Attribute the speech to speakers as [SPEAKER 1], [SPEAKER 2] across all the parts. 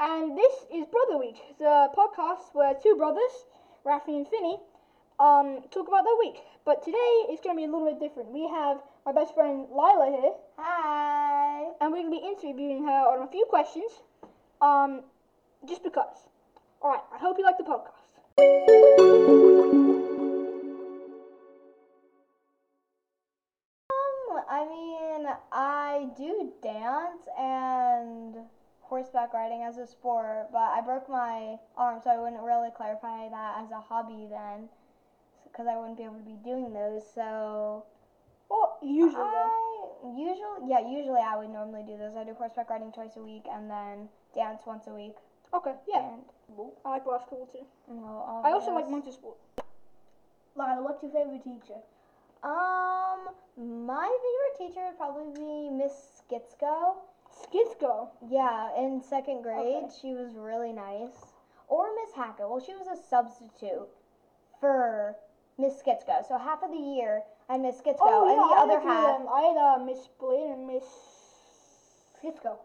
[SPEAKER 1] And this is Brother Week, the podcast where two brothers, Rafi and Finny, um, talk about their week. But today it's going to be a little bit different. We have my best friend Lila here,
[SPEAKER 2] Hi.
[SPEAKER 1] and we're going to be interviewing her on a few questions, um, just because. All right, I hope you like the podcast.
[SPEAKER 2] Um, I mean, I do dance and horseback riding as a sport, but I broke my arm, so I wouldn't really clarify that as a hobby then, because I wouldn't be able to be doing those. So
[SPEAKER 1] Well, usually
[SPEAKER 3] Uh-huh.
[SPEAKER 1] though.
[SPEAKER 2] I usually, yeah, usually I would normally do those. I do horseback riding twice a week and then dance once a week.
[SPEAKER 1] Okay, yeah.
[SPEAKER 2] And
[SPEAKER 1] I like basketball too.
[SPEAKER 2] well, all
[SPEAKER 1] I also like
[SPEAKER 2] those.
[SPEAKER 1] multi sport.
[SPEAKER 3] Oh, Lila, what's your favorite teacher?
[SPEAKER 2] Um, my favorite teacher would probably be Miss Skitsko.
[SPEAKER 1] Skizgo.
[SPEAKER 2] Yeah, in second grade,
[SPEAKER 1] Okay.
[SPEAKER 2] she was really nice. Or Miss Hackett. Well, she was a substitute for Miss Skitsko. So half of the year, I had Miss Skitsko, and the
[SPEAKER 1] Oh, I had
[SPEAKER 2] other
[SPEAKER 1] a few of
[SPEAKER 2] half.
[SPEAKER 1] them. I had uh, Miss Blaine and Miss.
[SPEAKER 3] Cisco.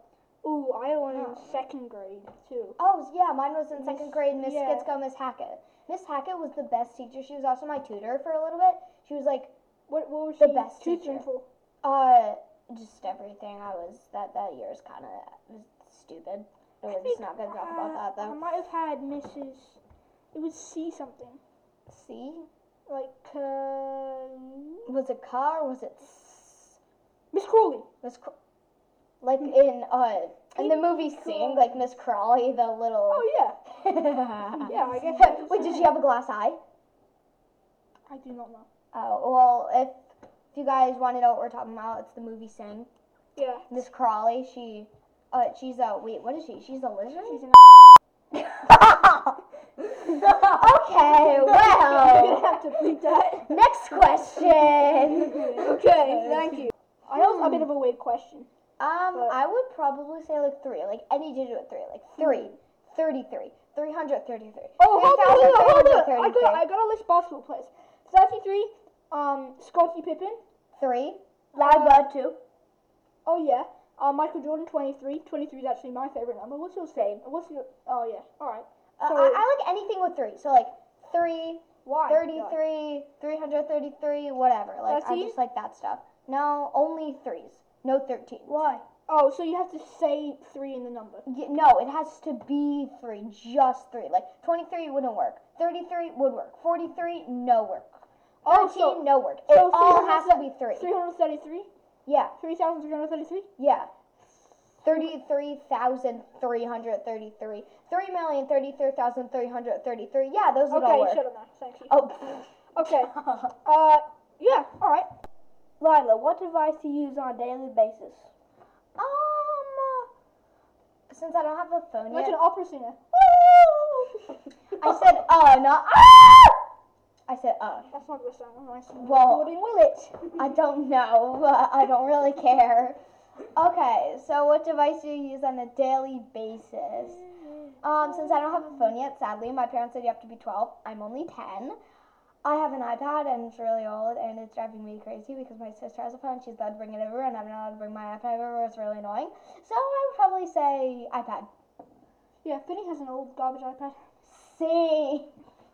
[SPEAKER 1] Ooh, I had one in
[SPEAKER 2] Oh.
[SPEAKER 1] second grade too.
[SPEAKER 2] Oh, yeah, mine was in second
[SPEAKER 1] Miss-
[SPEAKER 2] grade, Miss
[SPEAKER 1] yeah.
[SPEAKER 2] Skitsko, Miss Hackett. Miss Hackett was the best teacher. She was also my tutor for a little bit. She was like,
[SPEAKER 1] What, what was
[SPEAKER 2] The
[SPEAKER 1] she
[SPEAKER 2] best
[SPEAKER 1] tutoring
[SPEAKER 2] teacher.
[SPEAKER 1] for?
[SPEAKER 2] uh, just everything. I was, that, that year is kind of stupid. But We're just not going to talk about that,
[SPEAKER 1] I
[SPEAKER 2] though.
[SPEAKER 1] might have had Mrs. It was C something.
[SPEAKER 2] See?
[SPEAKER 1] Like, uh.
[SPEAKER 2] Was it car? Was it. s-
[SPEAKER 1] Miss Crawley.
[SPEAKER 2] Miss, Cr- like in uh in the movie Sing, like Miss Crawley, the little.
[SPEAKER 1] Oh, yeah.
[SPEAKER 2] yeah.
[SPEAKER 1] Yeah, I guess. that is
[SPEAKER 2] Wait, did
[SPEAKER 1] it.
[SPEAKER 2] she have a glass eye?
[SPEAKER 1] I do not know.
[SPEAKER 2] Oh well, if if you guys want to know what we're talking about, it's the movie Sing.
[SPEAKER 1] Yeah.
[SPEAKER 2] Miss Crawley, she, uh, she's a wait, what is she? She's a lizard.
[SPEAKER 1] She's an.
[SPEAKER 2] okay,
[SPEAKER 1] You're gonna
[SPEAKER 2] well.
[SPEAKER 1] have to bleep that.
[SPEAKER 2] Next question.
[SPEAKER 1] okay, thank you. I know it's a bit of a weird question.
[SPEAKER 2] Um,
[SPEAKER 1] But-
[SPEAKER 2] I would probably say like three, like any digit of three, like three,
[SPEAKER 1] Hmm.
[SPEAKER 2] thirty-three, three hundred thirty-three.
[SPEAKER 1] Oh, hold on, hold on, hold on. I
[SPEAKER 2] 3,333.
[SPEAKER 1] got, I got a list of basketball players. 33, um, Scottie Pippen.
[SPEAKER 2] Three.
[SPEAKER 3] Lila, too.
[SPEAKER 1] Oh, yeah. Uh, Michael Jordan, 23. 23 is actually my favorite number. What's your same? What's your... Oh, yeah. All right.
[SPEAKER 2] Uh,
[SPEAKER 1] So-
[SPEAKER 2] I, I like anything with three. So like three,
[SPEAKER 1] Why?
[SPEAKER 2] 33, 333, whatever. Like I
[SPEAKER 1] Thirteen?
[SPEAKER 2] just like that stuff. No, only threes. No thirteen.
[SPEAKER 3] Why?
[SPEAKER 1] Oh, so you have to say three in the number.
[SPEAKER 2] Y- No, it has to be three, just three. Like twenty-three wouldn't work. Thirty-three would work. Forty-three, no work.
[SPEAKER 1] Oh,
[SPEAKER 2] Thirteen,
[SPEAKER 1] so-
[SPEAKER 2] no work. It
[SPEAKER 1] so
[SPEAKER 2] all has to be three.
[SPEAKER 1] 333?
[SPEAKER 2] Yeah,
[SPEAKER 1] 3,333?
[SPEAKER 2] yeah. Thirty-three thousand three hundred thirty-three. Three million thirty-three thousand three hundred thirty-three. Yeah, those would all
[SPEAKER 1] Okay,
[SPEAKER 2] work.
[SPEAKER 1] shut up now. Thank you.
[SPEAKER 2] Oh.
[SPEAKER 1] Okay. Uh, yeah. All right.
[SPEAKER 3] Lila, what advice do you use on a daily basis?
[SPEAKER 2] Um, since I don't have a phone
[SPEAKER 1] Like
[SPEAKER 2] yet,
[SPEAKER 1] an opera singer.
[SPEAKER 2] I said uh, not ah. I said uh.
[SPEAKER 1] That's not a good sound. Nice.
[SPEAKER 2] Well-
[SPEAKER 1] Recording, will it?
[SPEAKER 2] I don't know. but I don't really care. Okay, so what device do you use on a daily basis? Um, since I don't have a phone yet, sadly, my parents said you have to be 12. I'm only 10. I have an iPad and it's really old and it's driving me crazy because my sister has a phone. She's allowed to bring it over and I'm not allowed to bring my iPad over. It's really annoying. So I would probably say iPad.
[SPEAKER 1] Yeah, Finny has an old garbage iPad.
[SPEAKER 2] See.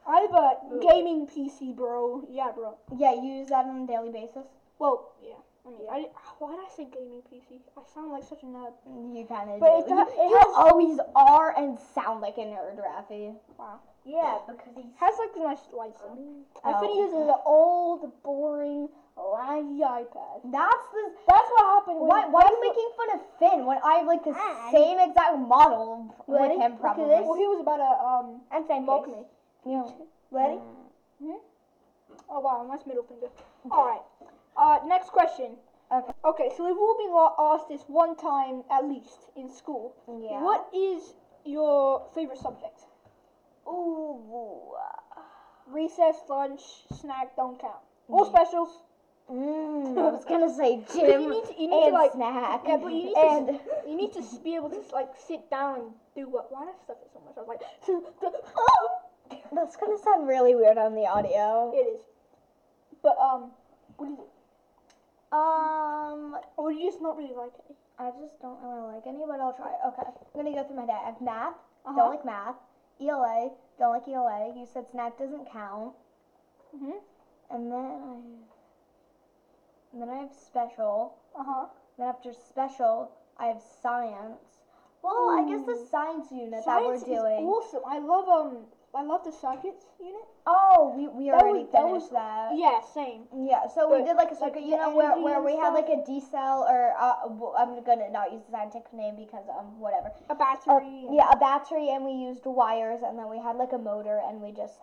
[SPEAKER 1] I have a gaming PC, bro. Yeah, bro.
[SPEAKER 2] Yeah, you use that on a daily basis.
[SPEAKER 1] Well, yeah. I mean, I didn't- why did I say gaming PC? I sound like such a nerd.
[SPEAKER 2] You kind of
[SPEAKER 3] But it
[SPEAKER 2] do.
[SPEAKER 3] ha- it
[SPEAKER 2] you you
[SPEAKER 3] has-
[SPEAKER 2] always are and sound like a nerd, Rafi.
[SPEAKER 1] Wow.
[SPEAKER 3] Yeah, because he's.
[SPEAKER 1] Has like the nice lights on. And
[SPEAKER 2] Oh.
[SPEAKER 1] Finny uses an old, boring, laggy iPad.
[SPEAKER 2] That's the.
[SPEAKER 1] That's what happened. When
[SPEAKER 2] Why, why are
[SPEAKER 1] that's
[SPEAKER 2] you
[SPEAKER 1] what-
[SPEAKER 2] making fun of Finn when I have like the
[SPEAKER 3] I-
[SPEAKER 2] same exact model
[SPEAKER 3] Ready?
[SPEAKER 2] with
[SPEAKER 3] Look
[SPEAKER 2] him
[SPEAKER 3] at
[SPEAKER 2] probably?
[SPEAKER 3] this.
[SPEAKER 1] Well, he was about to um
[SPEAKER 3] And same
[SPEAKER 1] mock
[SPEAKER 3] case.
[SPEAKER 1] me.
[SPEAKER 2] Yeah.
[SPEAKER 3] Ready?
[SPEAKER 1] Oh wow, nice middle finger. All right. Uh, next question.
[SPEAKER 2] Okay.
[SPEAKER 1] Okay, so we've all been lo- asked this one time at least in school.
[SPEAKER 2] Yeah.
[SPEAKER 1] What is your favorite subject?
[SPEAKER 2] Ooh.
[SPEAKER 1] Recess, lunch, snack, don't count. All
[SPEAKER 2] Mm-hmm.
[SPEAKER 1] specials.
[SPEAKER 2] Mm, I was gonna say
[SPEAKER 1] But
[SPEAKER 2] gym
[SPEAKER 1] you need to, you need
[SPEAKER 2] and
[SPEAKER 1] to like
[SPEAKER 2] snack.
[SPEAKER 1] yeah, but you need to-
[SPEAKER 2] and
[SPEAKER 1] you need to s- be able to like sit down and do what. Why did I stuff it so much? I was like,
[SPEAKER 2] that's gonna sound really weird on the audio.
[SPEAKER 1] it is. But um, what is it?
[SPEAKER 2] Um,
[SPEAKER 1] Or do you just not really like it?
[SPEAKER 2] I just don't really like any, but I'll try. Okay, I'm gonna go through my day. I have math.
[SPEAKER 1] Uh-huh.
[SPEAKER 2] Don't like math. ELA. Don't like ELA. You said snack doesn't count. Mm-hmm.
[SPEAKER 1] Mhm.
[SPEAKER 2] And then I. and then I have special.
[SPEAKER 1] Uh huh.
[SPEAKER 2] Then after special, I have science. Well, I guess the science
[SPEAKER 1] Hmm.
[SPEAKER 2] unit
[SPEAKER 1] Science
[SPEAKER 2] that we're doing.
[SPEAKER 1] is awesome. I love um. I love the circuit unit.
[SPEAKER 2] oh, we, we
[SPEAKER 1] That
[SPEAKER 2] already
[SPEAKER 1] was- that was-
[SPEAKER 2] finished that.
[SPEAKER 1] Yeah, same.
[SPEAKER 2] Yeah, so
[SPEAKER 1] But,
[SPEAKER 2] we did like a
[SPEAKER 1] like,
[SPEAKER 2] circuit, you
[SPEAKER 1] the
[SPEAKER 2] know, where,
[SPEAKER 1] energy
[SPEAKER 2] where
[SPEAKER 1] and
[SPEAKER 2] we had
[SPEAKER 1] stuff.
[SPEAKER 2] like a D cell or uh, well, I'm gonna not use the scientific name because um whatever.
[SPEAKER 1] A
[SPEAKER 2] Uh,
[SPEAKER 1] battery. and-
[SPEAKER 2] yeah, a battery, and we used wires, and then we had like a motor, and we just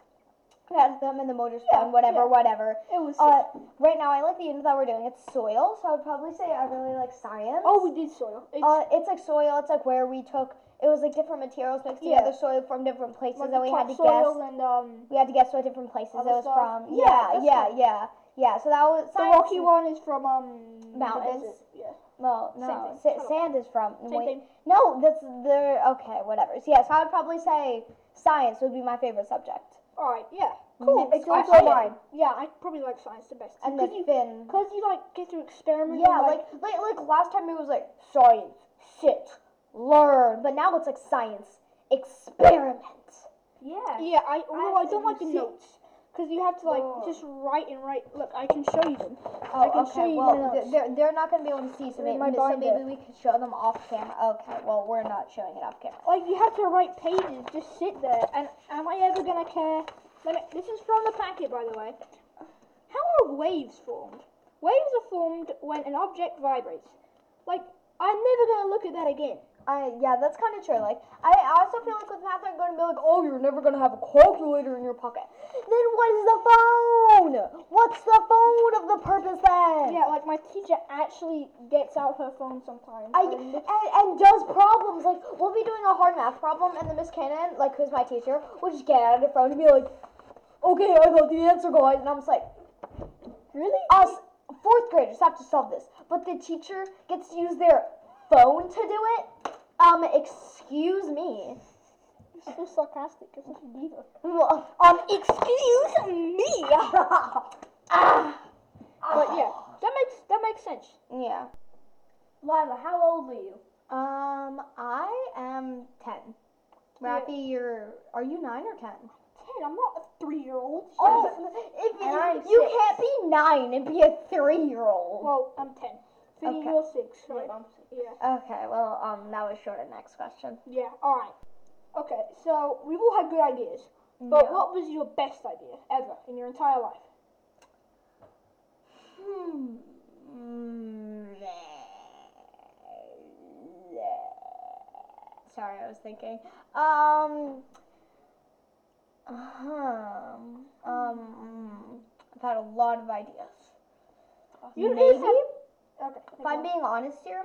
[SPEAKER 2] had them in the motor
[SPEAKER 1] Yeah,
[SPEAKER 2] spun, whatever,
[SPEAKER 1] yeah.
[SPEAKER 2] whatever.
[SPEAKER 1] It was.
[SPEAKER 2] Uh, right now, I like the unit that we're doing. It's soil, so I would probably say I really like science.
[SPEAKER 1] oh, we did soil. It's,
[SPEAKER 2] Uh, it's like soil. It's like where we took it was like different materials mixed
[SPEAKER 1] Yeah.
[SPEAKER 2] together, soil from different places,
[SPEAKER 1] like
[SPEAKER 2] and we had
[SPEAKER 1] pot
[SPEAKER 2] to
[SPEAKER 1] soil
[SPEAKER 2] guess.
[SPEAKER 1] and um.
[SPEAKER 2] We had to guess what different places
[SPEAKER 1] Other
[SPEAKER 2] it was
[SPEAKER 1] stuff.
[SPEAKER 2] from.
[SPEAKER 1] Yeah,
[SPEAKER 2] Yeah,
[SPEAKER 1] that's
[SPEAKER 2] yeah,
[SPEAKER 1] it.
[SPEAKER 2] yeah, yeah. So that was
[SPEAKER 1] The
[SPEAKER 2] science-
[SPEAKER 1] rocky one is from um. the
[SPEAKER 2] Mountains.
[SPEAKER 1] desert, Yeah.
[SPEAKER 2] Well,
[SPEAKER 1] Same
[SPEAKER 2] no,
[SPEAKER 1] thing.
[SPEAKER 2] sa- sand is from.
[SPEAKER 1] Same
[SPEAKER 2] wait,
[SPEAKER 1] thing.
[SPEAKER 2] No, that's the okay, whatever. So, yeah, so I would probably say science would be my favorite subject.
[SPEAKER 1] All right. Yeah.
[SPEAKER 2] Cool. It's
[SPEAKER 1] I-
[SPEAKER 2] also
[SPEAKER 1] I-
[SPEAKER 2] mine.
[SPEAKER 1] Yeah, I probably like science the best.
[SPEAKER 2] And
[SPEAKER 1] Because
[SPEAKER 2] then
[SPEAKER 1] you,
[SPEAKER 2] Finn.
[SPEAKER 1] cause you like get to experiment.
[SPEAKER 2] Yeah,
[SPEAKER 1] and,
[SPEAKER 2] like, like like last time it was like science, shit, learn, but now it's like science, experiment.
[SPEAKER 3] Yeah.
[SPEAKER 1] Yeah, I although I,
[SPEAKER 3] I-
[SPEAKER 1] don't like the
[SPEAKER 3] see-
[SPEAKER 1] notes because you have to like
[SPEAKER 3] Oh.
[SPEAKER 1] just write and write. Look, I can show you them.
[SPEAKER 2] Oh,
[SPEAKER 1] I can
[SPEAKER 2] okay.
[SPEAKER 1] show you
[SPEAKER 2] well,
[SPEAKER 1] my
[SPEAKER 2] th-
[SPEAKER 1] notes.
[SPEAKER 2] they're they're not gonna be able to see, so
[SPEAKER 1] They're in
[SPEAKER 2] maybe,
[SPEAKER 1] my
[SPEAKER 2] so maybe
[SPEAKER 1] binder.
[SPEAKER 2] we could show them off camera. Okay. Well, we're not showing it off camera.
[SPEAKER 1] Like you have to write pages, just sit there. And am I ever gonna care? Let me, this is from the packet, by the way. How are waves formed? Waves are formed when an object vibrates. Like I'm never gonna look at that again.
[SPEAKER 2] I yeah, that's kind of true. Like I also feel like with math, I'm going to be like, oh, you're never going to have a calculator in your pocket. Then what is the phone? What's the phone of the purpose then?
[SPEAKER 1] Yeah, like my teacher actually gets out her phone sometimes.
[SPEAKER 2] I,
[SPEAKER 1] and
[SPEAKER 2] and, and does problems like we'll be doing a hard math problem and the Miss Cannon like who's my teacher will just get out of the phone and be like, okay, I got the answer, guys, and I'm just like,
[SPEAKER 1] really?
[SPEAKER 2] us fourth graders have to solve this, but the teacher gets to use their phone to do it. Um, excuse me.
[SPEAKER 1] You're so sarcastic. You're such a diva.
[SPEAKER 2] Well,
[SPEAKER 1] Um, excuse me.
[SPEAKER 2] Ah.
[SPEAKER 1] but yeah, that makes that makes sense.
[SPEAKER 2] Yeah.
[SPEAKER 3] Lila, how old are you?
[SPEAKER 2] Um, I am ten. Rafi, you're are you nine or ten?
[SPEAKER 1] Ten. I'm not a three-year-old.
[SPEAKER 2] Oh. if
[SPEAKER 3] And I'm
[SPEAKER 2] you
[SPEAKER 3] six.
[SPEAKER 2] can't be nine and be a three-year-old.
[SPEAKER 1] Well, I'm ten. Finny,
[SPEAKER 2] Okay.
[SPEAKER 1] you're six, right?
[SPEAKER 3] I'm six.
[SPEAKER 1] Yeah.
[SPEAKER 2] Okay, well, um, that was short. of Next question.
[SPEAKER 1] Yeah. All right. Okay. So we've all had good ideas, but
[SPEAKER 2] Yeah.
[SPEAKER 1] what was your best idea ever in your entire life?
[SPEAKER 2] Hmm. Sorry, I was thinking. Um. Um. Um. I've had a lot of ideas.
[SPEAKER 1] You
[SPEAKER 2] Uh, Maybe.
[SPEAKER 1] just had- Okay.
[SPEAKER 2] If I'm being honest here,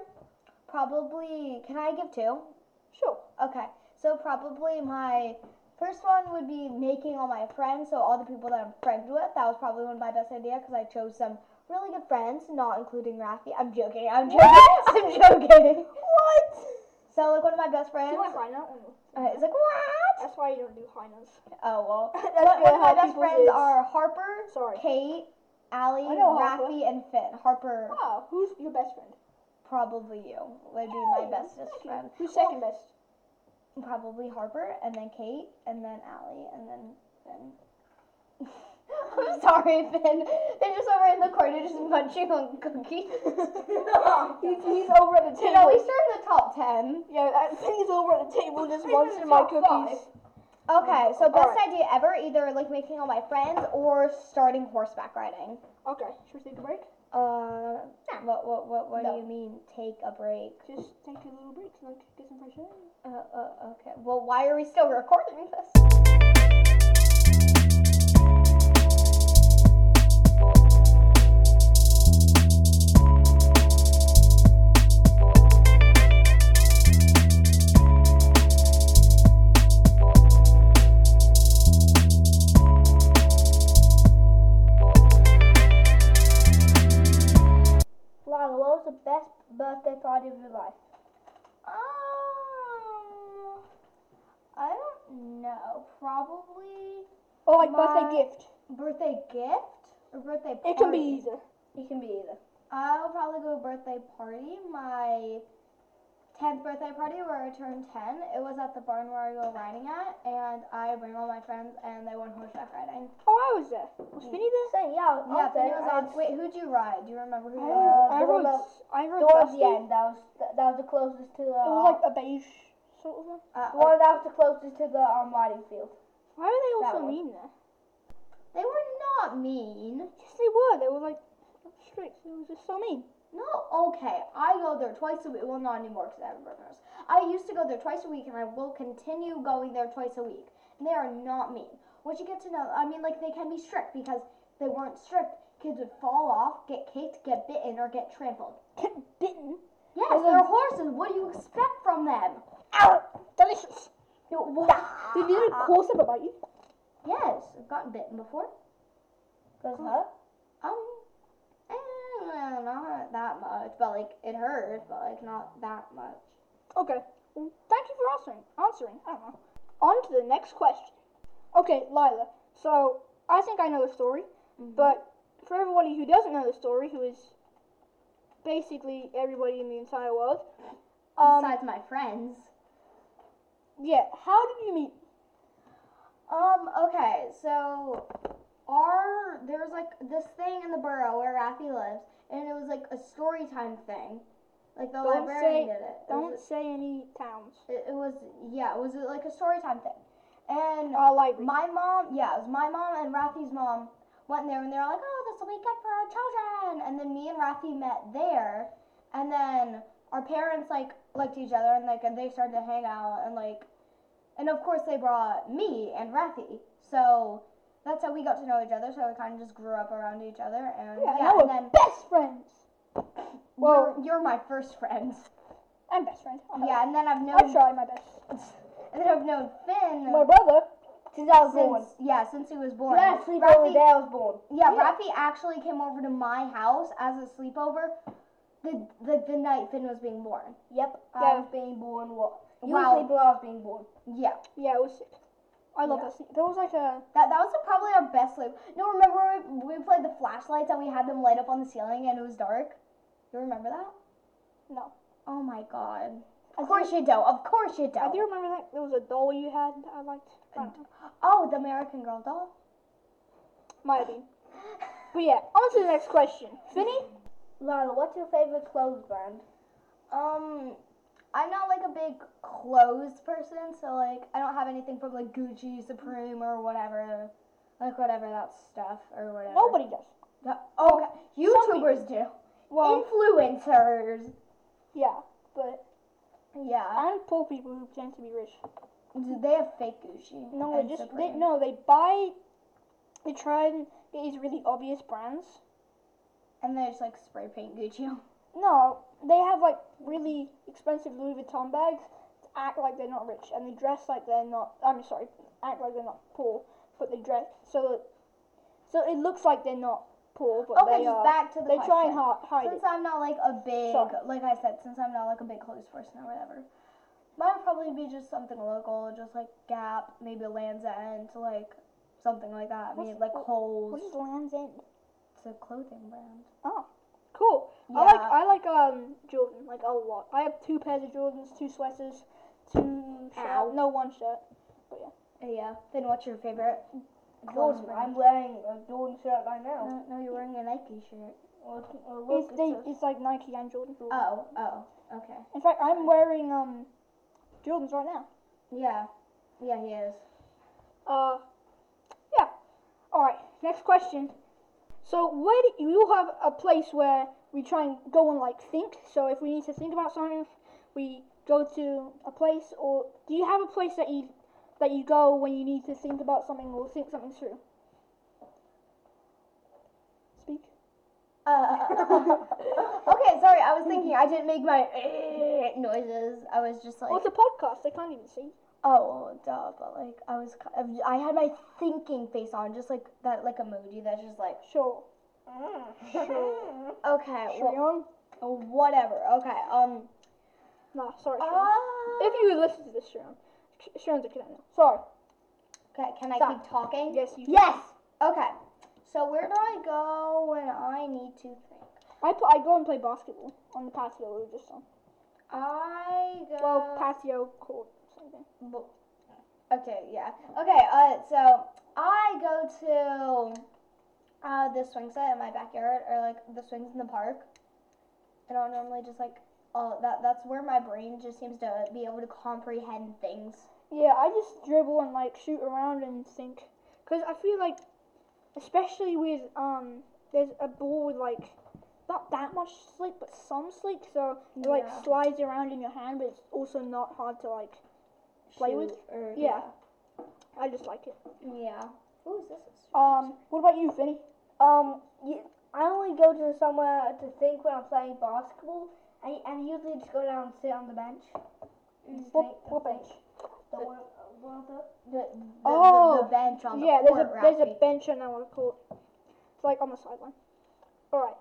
[SPEAKER 2] probably. Can I give two?
[SPEAKER 1] sure.
[SPEAKER 2] Okay. So probably my first one would be making all my friends. So all the people that I'm friends with. That was probably one of my best ideas because I chose some really good friends, not including Rafi. I'm joking. I'm joking. I'm joking. What? So like one of my best
[SPEAKER 1] Do you
[SPEAKER 2] friends.
[SPEAKER 1] like high note? or no?
[SPEAKER 2] Uh, it's like what?
[SPEAKER 1] That's why you don't do high notes.
[SPEAKER 2] Oh well.
[SPEAKER 1] That's
[SPEAKER 2] But one
[SPEAKER 1] gonna
[SPEAKER 2] of my
[SPEAKER 1] help
[SPEAKER 2] best
[SPEAKER 1] people's
[SPEAKER 2] friends
[SPEAKER 1] ears.
[SPEAKER 2] are Harper,
[SPEAKER 1] Sorry.
[SPEAKER 2] Kate, Allie,
[SPEAKER 1] I know Harper.
[SPEAKER 2] Rafi, and Finn. Harper,
[SPEAKER 1] Wow. Who's your best friend?
[SPEAKER 2] probably you would be my
[SPEAKER 1] Hey,
[SPEAKER 2] bestest
[SPEAKER 1] second.
[SPEAKER 2] friend.
[SPEAKER 1] Who's second best?
[SPEAKER 2] Probably Harper, and then Kate, and then Allie, and then Finn. I'm sorry, Finn. They're just over in the corner just munching on cookies.
[SPEAKER 1] He's, he's over at the
[SPEAKER 2] Dude, at
[SPEAKER 1] table.
[SPEAKER 2] least you're in the top ten.
[SPEAKER 1] Yeah, that he's over at the table just
[SPEAKER 3] He's
[SPEAKER 1] munching
[SPEAKER 3] in the top
[SPEAKER 1] my cookies.
[SPEAKER 2] Okay, so
[SPEAKER 1] All
[SPEAKER 2] best
[SPEAKER 1] right.
[SPEAKER 2] idea ever, either like making all my friends or starting horseback riding.
[SPEAKER 1] Okay, should we take a break?
[SPEAKER 2] Uh, what what what what
[SPEAKER 1] No.
[SPEAKER 2] do you mean? Take a break?
[SPEAKER 1] Just take a little break and like get some fresh air.
[SPEAKER 2] Uh, uh, okay. Well, why are we still recording this?
[SPEAKER 3] Lila, what was the best birthday party of your life?
[SPEAKER 2] Um, Uh, I don't know. Probably.
[SPEAKER 1] Or Oh, like
[SPEAKER 2] My-
[SPEAKER 1] birthday gift.
[SPEAKER 2] Birthday gift or birthday party?
[SPEAKER 1] It can be either.
[SPEAKER 3] It can be either.
[SPEAKER 2] I'll probably go birthday party. My 10th birthday party where I turned 10. It was at the barn where I go riding at, and I bring all my friends, and they went horseback riding.
[SPEAKER 1] Oh, I was there. Was Finny there? Oh,
[SPEAKER 3] Same, yeah. I
[SPEAKER 2] yeah,
[SPEAKER 3] was
[SPEAKER 2] Penny
[SPEAKER 3] there.
[SPEAKER 2] was
[SPEAKER 3] I
[SPEAKER 2] on.
[SPEAKER 3] just-
[SPEAKER 2] Wait, who'd you ride? Do you remember who you
[SPEAKER 3] don't know.
[SPEAKER 2] rode?
[SPEAKER 1] I
[SPEAKER 3] the one
[SPEAKER 1] rode.
[SPEAKER 3] about-
[SPEAKER 1] I rode
[SPEAKER 3] towards
[SPEAKER 1] Dusty.
[SPEAKER 3] the end. That was that was the closest to the.
[SPEAKER 1] It was like a beige sort of one.
[SPEAKER 2] Uh,
[SPEAKER 3] the one that was the closest to the um, riding field.
[SPEAKER 1] Why were they all
[SPEAKER 2] That
[SPEAKER 1] so
[SPEAKER 2] one.
[SPEAKER 1] mean there?
[SPEAKER 2] They were not mean.
[SPEAKER 1] Yes, they were. They were like strict. They were just so mean.
[SPEAKER 2] No, okay. I go there twice a week. Well, not anymore because I have burgers. I used to go there twice a week, and I will continue going there twice a week. And they are not mean. Once you get to know, I mean, like they can be strict because they weren't strict. Kids would fall off, get kicked, get bitten, or get trampled.
[SPEAKER 1] Get bitten.
[SPEAKER 2] Yes, they're horses. What do you expect from them?
[SPEAKER 1] Ow! Delicious. Ah,
[SPEAKER 2] No, what?
[SPEAKER 1] Did you course ever bite you?
[SPEAKER 2] Yes, I've gotten bitten before.
[SPEAKER 3] Cause huh?
[SPEAKER 2] Um, eh, not that much, but like it hurt, but like not that much.
[SPEAKER 1] Okay. Well, thank you for answering. Answering. I don't know. On to the next question. Okay, Lila. So I think I know the story, but for everybody who doesn't know the story, who is basically everybody in the entire world, um,
[SPEAKER 2] Besides my friends.
[SPEAKER 1] yeah. How did you meet?
[SPEAKER 2] Um, okay, so our there was like this thing in the borough where Rafi lives, and it was like a story time thing. Like the
[SPEAKER 1] Don't say-
[SPEAKER 2] librarian did it. It
[SPEAKER 1] Don't
[SPEAKER 2] was,
[SPEAKER 1] say any towns.
[SPEAKER 2] it, it was yeah, it was like a story time thing. And
[SPEAKER 1] Uh, library.
[SPEAKER 2] my mom, yeah, it was my mom and Rafi's mom went there, and they were like, "Oh, this will be good for our children." And then me and Rafi met there, and then our parents like liked each other, and like and they started to hang out, and like, and of course they brought me and Rafi, so that's how we got to know each other. So we kind of just grew up around each other, and
[SPEAKER 1] Yeah,
[SPEAKER 2] yeah,
[SPEAKER 1] now
[SPEAKER 2] and
[SPEAKER 1] we're
[SPEAKER 2] then
[SPEAKER 1] best friends. Well,
[SPEAKER 2] you're, you're my first friend.
[SPEAKER 1] I'm best friend. I'm
[SPEAKER 2] Yeah, and then I've known,
[SPEAKER 1] I try my best.
[SPEAKER 2] and then I've known Finn
[SPEAKER 1] My brother.
[SPEAKER 3] Since I was born.
[SPEAKER 2] since yeah, since he was born.
[SPEAKER 3] You had a sleepover the
[SPEAKER 2] Rafi-
[SPEAKER 3] day I was born.
[SPEAKER 2] Yeah,
[SPEAKER 1] Yeah.
[SPEAKER 2] Rafi actually came over to my house as a sleepover the the, the night Finn was being born.
[SPEAKER 3] Yep. I
[SPEAKER 1] Yeah.
[SPEAKER 3] was being born. What? You
[SPEAKER 2] Wow.
[SPEAKER 3] were sleeping. I was being born.
[SPEAKER 2] Yeah,
[SPEAKER 1] Yeah, it was sick. I love
[SPEAKER 2] Yeah.
[SPEAKER 1] that scene. There was like a
[SPEAKER 2] that that was probably our best sleep. No, remember we, we played the flashlights and we had them light up on the ceiling and it was dark. You remember that?
[SPEAKER 1] no.
[SPEAKER 2] Oh my god.
[SPEAKER 1] I
[SPEAKER 2] Of course you don't. Of course you
[SPEAKER 1] I do
[SPEAKER 2] don't.
[SPEAKER 1] remember that there was a doll you had that I liked. I don't know.
[SPEAKER 2] Oh, the American Girl doll.
[SPEAKER 1] Might have been. But yeah, on to the next question. Finny?
[SPEAKER 3] Lila, what's your favorite clothes brand?
[SPEAKER 2] Um, I'm not like a big clothes person, so like I don't have anything from like Gucci, Supreme, or whatever, like whatever that stuff or whatever.
[SPEAKER 1] Nobody does.
[SPEAKER 2] The- Okay, YouTubers do.
[SPEAKER 1] Well,
[SPEAKER 2] Influencers.
[SPEAKER 1] yeah, but
[SPEAKER 2] Yeah.
[SPEAKER 1] and poor people who pretend to be rich.
[SPEAKER 2] Do they have fake Gucci?
[SPEAKER 1] No,
[SPEAKER 2] and
[SPEAKER 1] they just they,
[SPEAKER 2] Supreme?
[SPEAKER 1] no, they buy they try and get these really obvious brands.
[SPEAKER 2] And they just like spray paint Gucci. on.
[SPEAKER 1] No, they have like really expensive Louis Vuitton bags to act like they're not rich, and they dress like they're not. I'm sorry, act like they're not poor, but they dress so that so it looks like they're not poor, but
[SPEAKER 2] Okay,
[SPEAKER 1] they
[SPEAKER 2] just
[SPEAKER 1] are.
[SPEAKER 2] back to the
[SPEAKER 1] they try and
[SPEAKER 2] question.
[SPEAKER 1] hi- hide
[SPEAKER 2] Since
[SPEAKER 1] it.
[SPEAKER 2] I'm not like a big,
[SPEAKER 1] Sorry.
[SPEAKER 2] like I said, since I'm not like a big clothes person or whatever, mine would probably be just something local, just like Gap, maybe Land's End, like something like that. I mean,
[SPEAKER 1] What's-
[SPEAKER 2] like
[SPEAKER 1] what-
[SPEAKER 2] Kohl's.
[SPEAKER 1] What is Land's End?
[SPEAKER 2] It's a clothing brand.
[SPEAKER 1] Oh, cool. I like
[SPEAKER 2] Yeah.
[SPEAKER 1] I like um Jordan like a lot. I have two pairs of Jordans, two sweaters, two
[SPEAKER 2] Ow.
[SPEAKER 1] shirt, no one shirt.
[SPEAKER 2] Yeah. Then what's your favorite? clothes
[SPEAKER 3] Jordan. I'm
[SPEAKER 2] brand?
[SPEAKER 3] wearing a Jordan shirt right now.
[SPEAKER 2] No, no, you're wearing a Nike shirt.
[SPEAKER 3] Or, or
[SPEAKER 1] It's
[SPEAKER 3] look, it
[SPEAKER 1] they,
[SPEAKER 3] says-
[SPEAKER 1] it's like Nike and Jordan.
[SPEAKER 2] Oh, oh, okay.
[SPEAKER 1] In fact, I'm wearing um Jordans right now.
[SPEAKER 2] Yeah, yeah, he is.
[SPEAKER 1] Uh, yeah. All right. Next question. So where do you all have a place where we try and go and like think? So if we need to think about something, we go to a place, or do you have a place that you that you go when you need to think about something or think something through? Speak.
[SPEAKER 2] Uh, okay, sorry, I was thinking I didn't make my eh, noises. I was just like,
[SPEAKER 1] Well, it's a podcast. They can't even see.
[SPEAKER 2] oh, duh, but like, I was, ki- I had my thinking face on, just like that, like emoji that's just like,
[SPEAKER 1] Sure.
[SPEAKER 2] okay,
[SPEAKER 1] Sure.
[SPEAKER 2] well,
[SPEAKER 1] you're Mm. on?
[SPEAKER 2] whatever, okay, um,
[SPEAKER 1] No, sorry. Sharon.
[SPEAKER 2] uh,
[SPEAKER 1] If you listen to this, Sharon. Sh- Sharon's a kid now. Sorry.
[SPEAKER 2] okay, can I
[SPEAKER 1] Stop.
[SPEAKER 2] keep talking?
[SPEAKER 1] Yes, you.
[SPEAKER 2] Yes! Okay, so where do I go when I need to think?
[SPEAKER 1] I, pl- I go and play basketball on the patio we were just on.
[SPEAKER 2] I go.
[SPEAKER 1] Well, patio court. Something.
[SPEAKER 2] Bo- Okay, yeah. Okay, uh, so I go to uh, the swing set in my backyard, or like the swings in the park. I don't normally just like all that. That's where my brain just seems to be able to comprehend things.
[SPEAKER 1] Yeah, I just dribble and like shoot around and think, because I feel like, especially with um, there's a ball with like, not that much slick, but some slick, so it like
[SPEAKER 2] Yeah.
[SPEAKER 1] slides around in your hand, but it's also not hard to like play with.
[SPEAKER 2] Shoot Or,
[SPEAKER 1] Yeah. I just like it.
[SPEAKER 2] Yeah. Ooh, is this a
[SPEAKER 1] Um, what about you, Vinny?
[SPEAKER 3] Um, you, I only go to somewhere to think when I'm playing basketball, and, and usually just go down and sit on the bench. And
[SPEAKER 1] Mm, What,
[SPEAKER 3] think-
[SPEAKER 1] what
[SPEAKER 3] think.
[SPEAKER 1] bench?
[SPEAKER 3] The one, one of the
[SPEAKER 2] the, the,
[SPEAKER 1] uh, Oh,
[SPEAKER 2] the, the bench on
[SPEAKER 1] yeah,
[SPEAKER 2] the
[SPEAKER 1] there's a
[SPEAKER 2] court,
[SPEAKER 1] there's a
[SPEAKER 2] Rafi.
[SPEAKER 1] bench on our court. It's like on the sideline. All right.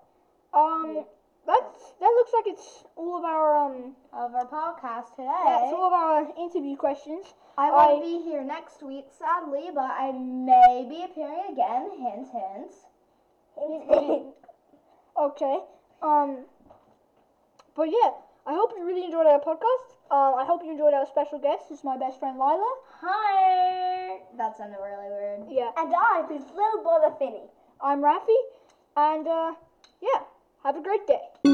[SPEAKER 1] Um, that's that looks like it's all of our um.
[SPEAKER 2] of our podcast today.
[SPEAKER 1] That's all of our interview questions.
[SPEAKER 2] I won't
[SPEAKER 1] I-
[SPEAKER 2] be here next week, sadly, but I may be appearing again. Hint, hint.
[SPEAKER 1] okay. Um. But yeah, I hope you really enjoyed our podcast. Um, I hope you enjoyed our special guest. It's my best friend Lila.
[SPEAKER 3] Hi!
[SPEAKER 2] That sounded really weird.
[SPEAKER 1] Yeah,
[SPEAKER 3] And I'm his little brother Finny.
[SPEAKER 1] I'm Rafi, and uh, yeah, have a great day.